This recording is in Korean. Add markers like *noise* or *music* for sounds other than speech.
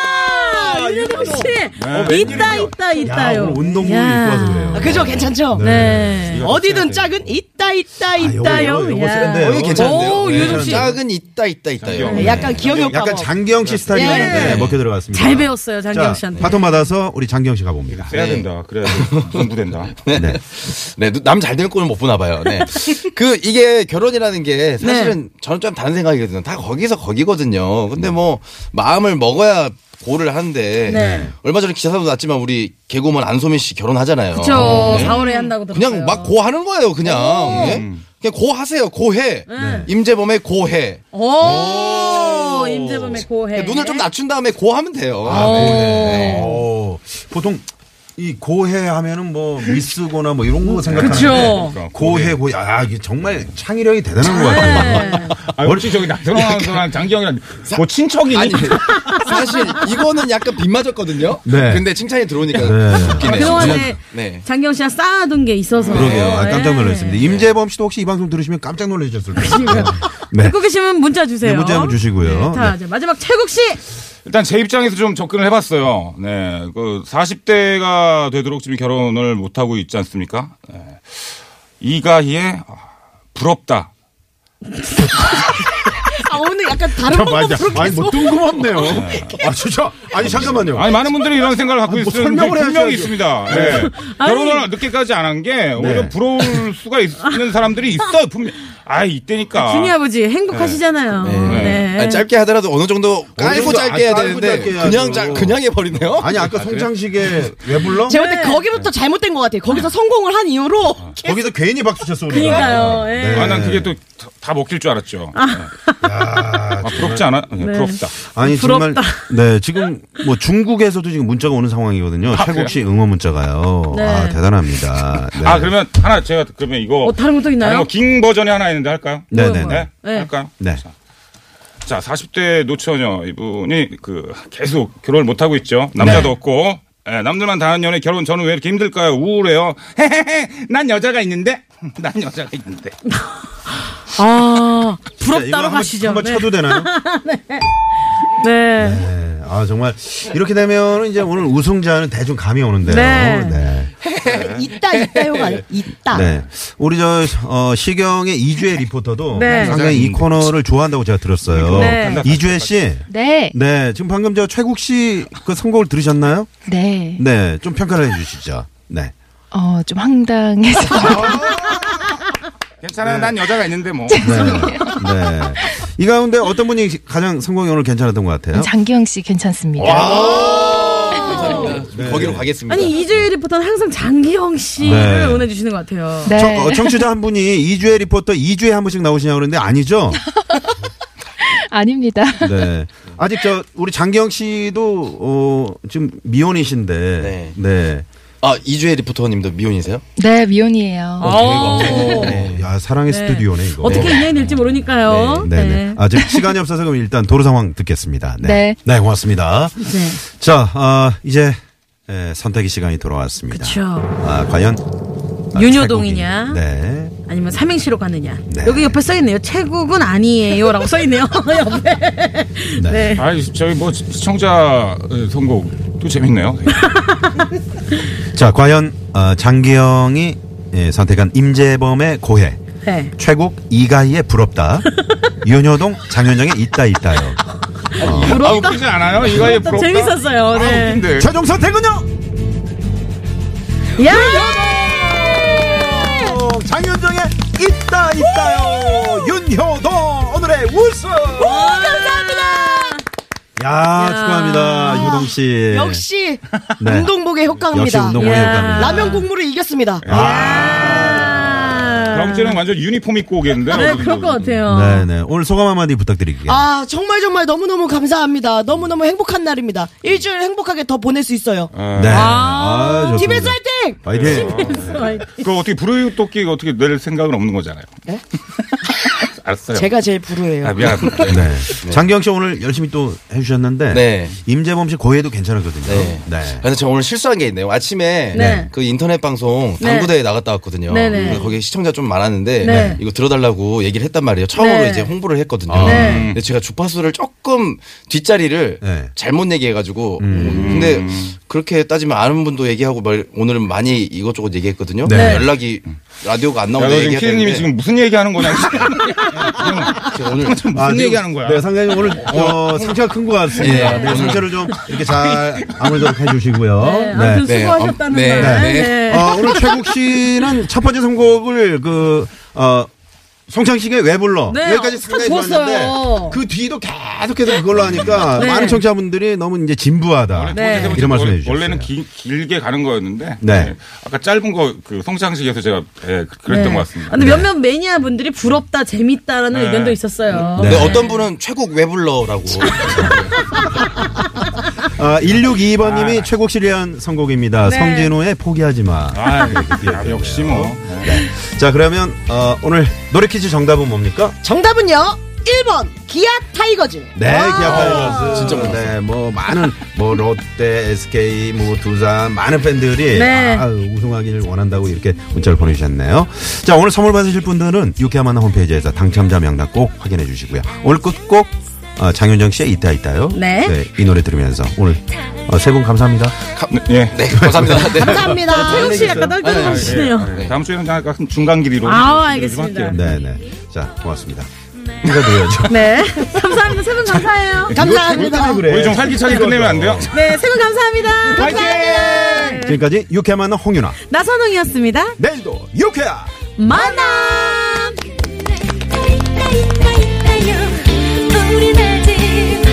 아, 유현석 씨. 있다, 있다, 네. 야, 있다요. 오늘 운동복 입고 야. 와서 그래요. 아, 그죠? 괜찮죠? 네. 어디든 짝은 있다 있다 아, 있다요. 요거, 요거, 요거 야. 쓰는데요. 네, 어, 이거 괜찮은데요? 오, 유현석 씨. 짝은 있다, 있다, 있다요. 네, 약간 기억이 오빠 어, 약간 뭐. 장기영 씨 스타일이었는데 네, 예. 먹혀 들어갔습니다. 잘 배웠어요, 장경 자, 씨한테. 바톤 받아서 우리 장기영 씨 가봅니다. 빼야 네. 된다. 그래야 돼. 공부된다. *laughs* 네. 네, 남 잘 되는 꼴을 못 보나 봐요. *laughs* 네. 그, 이게 결혼이라는 게 사실은 네. 저는 좀 다른 생각이거든요. 다 거기서 거기거든요. 근데 뭐, 마음을 먹어야 고를 하는데. 네. 얼마 전에 기사도 났지만 우리 개그우먼 안소민 씨 결혼하잖아요. 그쵸. 어? 그렇죠. 네. 4월에 한다고 들었어요. 그냥 막 고하는 거예요, 그냥. 예? 그냥 고하세요, 고해. 임재범의 고해. 오, 네. 어, 임재범의 고해. 아, 그냥 눈을 좀 낮춘 다음에 고하면 돼요. 네, 오, 보통 이 고해 하면은 뭐 미쓰거나 뭐 이런 거 생각하는데 그쵸. 고해 고해 아 이게 정말 창의력이 대단한 것 같아요. 네. 아, 혹시 저기 나선홍 아나운서랑 장기영이랑 뭐 친척이 아니 *laughs* 그- 사실 이거는 약간 빗 맞았거든요. 네. 근데 칭찬이 들어오니까 네. 웃기네. 그동안에 네. 장경 씨가 쌓아둔 게 있어서. *laughs* 그러게요. 아, 깜짝 놀랐습니다. 네. 임재범 씨도 혹시 이 방송 들으시면 깜짝 놀라셨을 거예요. 네. 듣고 계시면 문자 주세요. 네, 문자 한번 주시고요. 자, 네. 이제 마지막 최국 씨. 일단 제 입장에서 좀 접근을 해봤어요. 네, 그 40대가 되도록 지금 결혼을 못 하고 있지 않습니까? 네. 이가희의 아, 부럽다. 아, 오늘 약간 다른 방법 부르게 아니 뭐 뜬금없네요. 아 진짜 아니 잠깐만요. 아니 많은 분들이 이런 생각을 갖고 아, 뭐 있을 설명을 해야죠, 분명히 이거. *laughs* 있습니다. 네. 결혼을 늦게까지 안 한 게 오히려 네. 부러울 *laughs* 수가 있는 사람들이 있어. 분명. 아 이때니까. 준이 아버지 행복하시잖아요. 네. 아니, 짧게 하더라도 어느 정도 정도, 깔고 아, 짧게 해야 깔고 되는데 짧게 해야죠. 그냥 짜, 그냥 해버리네요. 아니 아까 송창식의 왜 불러? 제가 볼때 거기부터 잘못된 것 같아요. 거기서 성공을 한 이후로 거기서 괜히 박수 쳤어 우리가. 그러니까요. 예. 네. 아, 난 그게 또 다 먹힐 줄 알았죠. 예. 야, 아, 부럽지 않아? 네, 부럽다. 아니 정말 부럽다. 네 지금 뭐 중국에서도 지금 문자가 오는 상황이거든요. 최국 씨 응원 문자가요. 아, 네. 아 대단합니다. 네. 아 그러면 하나 제가 그러면 이거 어, 다른 것도 있나요? 아니, 뭐긴 버전이 하나 있는데 할까요? 네네네. 네? 네. 할까요? 네. 자, 40대 노처녀 이분이 그 계속 결혼을 못 하고 있죠. 남자도 네. 없고. 예, 남들만 다한 연애 결혼 저는 왜 이렇게 힘들까요? 우울해요. 난 여자가 있는데. *laughs* 난 여자가 있는데. 아, 자, 이거 부럽다로 *laughs* 한번- 가시죠. *laughs* 한번 네. 쳐도 되나요? 네. 네. 아 정말 이렇게 되면 이제 오늘 우승자는 대중 감이 오는데요. 네. 네. 있다 있다요가 아니라 있다. 네. 우리 저 어, 시경의 이주혜 리포터도 네. 상당히 이 코너를 좋아한다고 제가 들었어요. 네. 이주혜 씨. 네. 네. 지금 방금 저 최국 씨 그 선곡을 들으셨나요? 네. 네. 좀 평가를 해 주시죠. 네. 어, 좀 황당해서. 괜찮아, 난 여자가 있는데 뭐. 네. 네. 이 가운데 어떤 분이 가장 성공이 오늘 괜찮았던 것 같아요? 장기영 씨 괜찮습니다. 감사합니다. 네. 거기로 가겠습니다. 아니 이주일 리포터는 항상 장기영 씨를 네. 원해주시는 것 같아요. 네. 청, 어, 청취자 한 분이 이주혜 리포터 2주에 한 번씩 나오시냐고 그러는데 아니죠? 아닙니다. 네. 아직 저 우리 장기영 씨도 어 지금 미혼이신데 네. 네. 아 이주혜 리포터님도 미혼이세요? 네. 네, 미혼이에요. 오. 어, 야 사랑의 스튜디오네 이거. 어떻게 인연이 될지 모르니까요. 네, 네. 아, 지금 시간이 없어서 그럼 일단 도로 상황 듣겠습니다. 네. 네. 고맙습니다. 네. 자, 아, 이제 에, 선택의 시간이 돌아왔습니다. 그렇죠. 아, 과연 아, 윤효동이냐? 태국인. 네. 아니면 삼행시로 가느냐. 네. 여기 옆에 써있네요. 최국은 아니에요라고 써있네요. *laughs* 옆에. 네. 네. 아이, 저희 뭐 시청자 어, 선곡 또 재밌네요. 자, 과연 어, 장기영이 예, 선택한 임재범의 고해, 네. 최국 이가희의 *laughs* 부럽다, 윤효동 장윤정의 있다 있다요. 부럽다. 아, 웃기지 않아요? 이거 에 부럽다. 어, 재밌었어요. 아, 네. 웃긴데. 최종 선택은요. 야! 어, 장윤정의 있다 있다요 윤효동 오늘의 우승 야, 축하합니다 효동 씨 역시 네. 운동복의 효과입니다. 예. 역시 아, 운동을 네. 야. 해요 라면 국물을 이겼습니다. 다음 주는 완전 유니폼 입고 오겠는데. 뭐. 네, 그럴 것 같아요. 네네 오늘 소감 한마디 부탁드릴게요 아 정말 정말 너무너무 감사합니다. 너무너무 행복한 날입니다. 일주일 행복하게 더 보낼 수 있어요. 네 아, 좋습니다. TBS 화이팅! 파이팅 네. 그 어떻게 부르토끼 어떻게 낼 생각은 없는 거잖아요. 네? *laughs* 알았어요. 제가 제일 불우해요. 아, *laughs* 미안합니다. 네. 장기영 씨 오늘 열심히 또 해주셨는데 네. 임재범 씨 고해도 괜찮았거든요 네. 네. 근데 저 오늘 실수한 게 있네요. 아침에 네. 그 인터넷 방송 네. 당구대에 나갔다 왔거든요. 네네. 근데 거기 시청자 좀 많았는데 네. 이거 들어달라고 얘기를 했단 말이에요. 처음으로 네. 이제 홍보를 했거든요. 네. 근데 제가 주파수를 조금 뒷자리를 네. 잘못 얘기해가지고 음. 근데 그렇게 따지면 아는 분도 얘기하고 말- 오늘은 많이 이것저것 얘기했거든요. 네. 연락이 라디오가 안 아, 야, 나오는 너 지금 피디님이 얘기했는데 지금 무슨 얘기하는 거냐? *laughs* 지금. 제가 오늘 무슨 아, 네. 얘기하는 거야? 네, 상당히 오늘 어, 상처가 큰 것 같습니다. 예. 네, 상처를 좀 이렇게 잘 아물도록 해주시고요. 네, 아무튼 네. 수고하셨다는 네. 말. 네. 네. 어, 오늘 최국 씨는 첫 번째 선곡을 그, 어, 송창식의 왜 불러 네, 여기까지 어, 상당히 좋았어요. 좋았는데 그 뒤도 계속해서 그걸로 하니까 *laughs* 네. 많은 청취자분들이 너무 이제 진부하다 네. 두 번째 이런 말씀해 원래- 주셨어요. 원래는 기- 길게 가는 거였는데 네. 네. 아까 짧은 거 그 성장식에서 제가 예, 네. 그랬던 것 같습니다. 근데 몇몇 매니아 분들이 부럽다, 재밌다라는 네. 의견도 있었어요. 네. 근데 어떤 분은 최국 왜 불러라고 아, 162번님이 최국 씨를 위한 선곡입니다. 네. 성진호의 포기하지 마. 아, 아, 역시 뭐 자 그러면 어, 오늘 노래 퀴즈 정답은 뭡니까? 정답은요. 1번 기아 타이거즈. 네, 기아파이러스. 진짜 몰랐어요. 네, 뭐 많은 뭐 롯데, SK, 뭐 두산 많은 팬들이 네. 아, 우승하기를 원한다고 이렇게 문자를 보내주셨네요. 자, 오늘 선물 받으실 분들은 유쾌한 만남 홈페이지에서 당첨자 명단 꼭 확인해 주시고요. 오늘 끝곡 어, 장윤정 씨의 이따 이따요. 네. 이 노래 들으면서 오늘 어, 세 분 감사합니다. 예. 네 감사합니다. 네. 감사합니다. 최욱 씨 약간 떨떠름하시네요. 예, 예. 다음 주에는 약간 중간 길이로 아우, 좀 알겠습니다. 할게요. 네, 네. 자, 고맙습니다. *laughs* 인사드려야죠. 네. *laughs* 감사합니다. 세 분 감사해요. 감사합니다. 우리 네. 좀 활기차게 끝내면 안 돼요? 네, 세 분 감사합니다. 감사합니다. 네. 지금까지 유쾌한 만남 홍윤아. 나선홍이었습니다. 내일도 유쾌한 만남! 있다 있다 있다요 우린 아직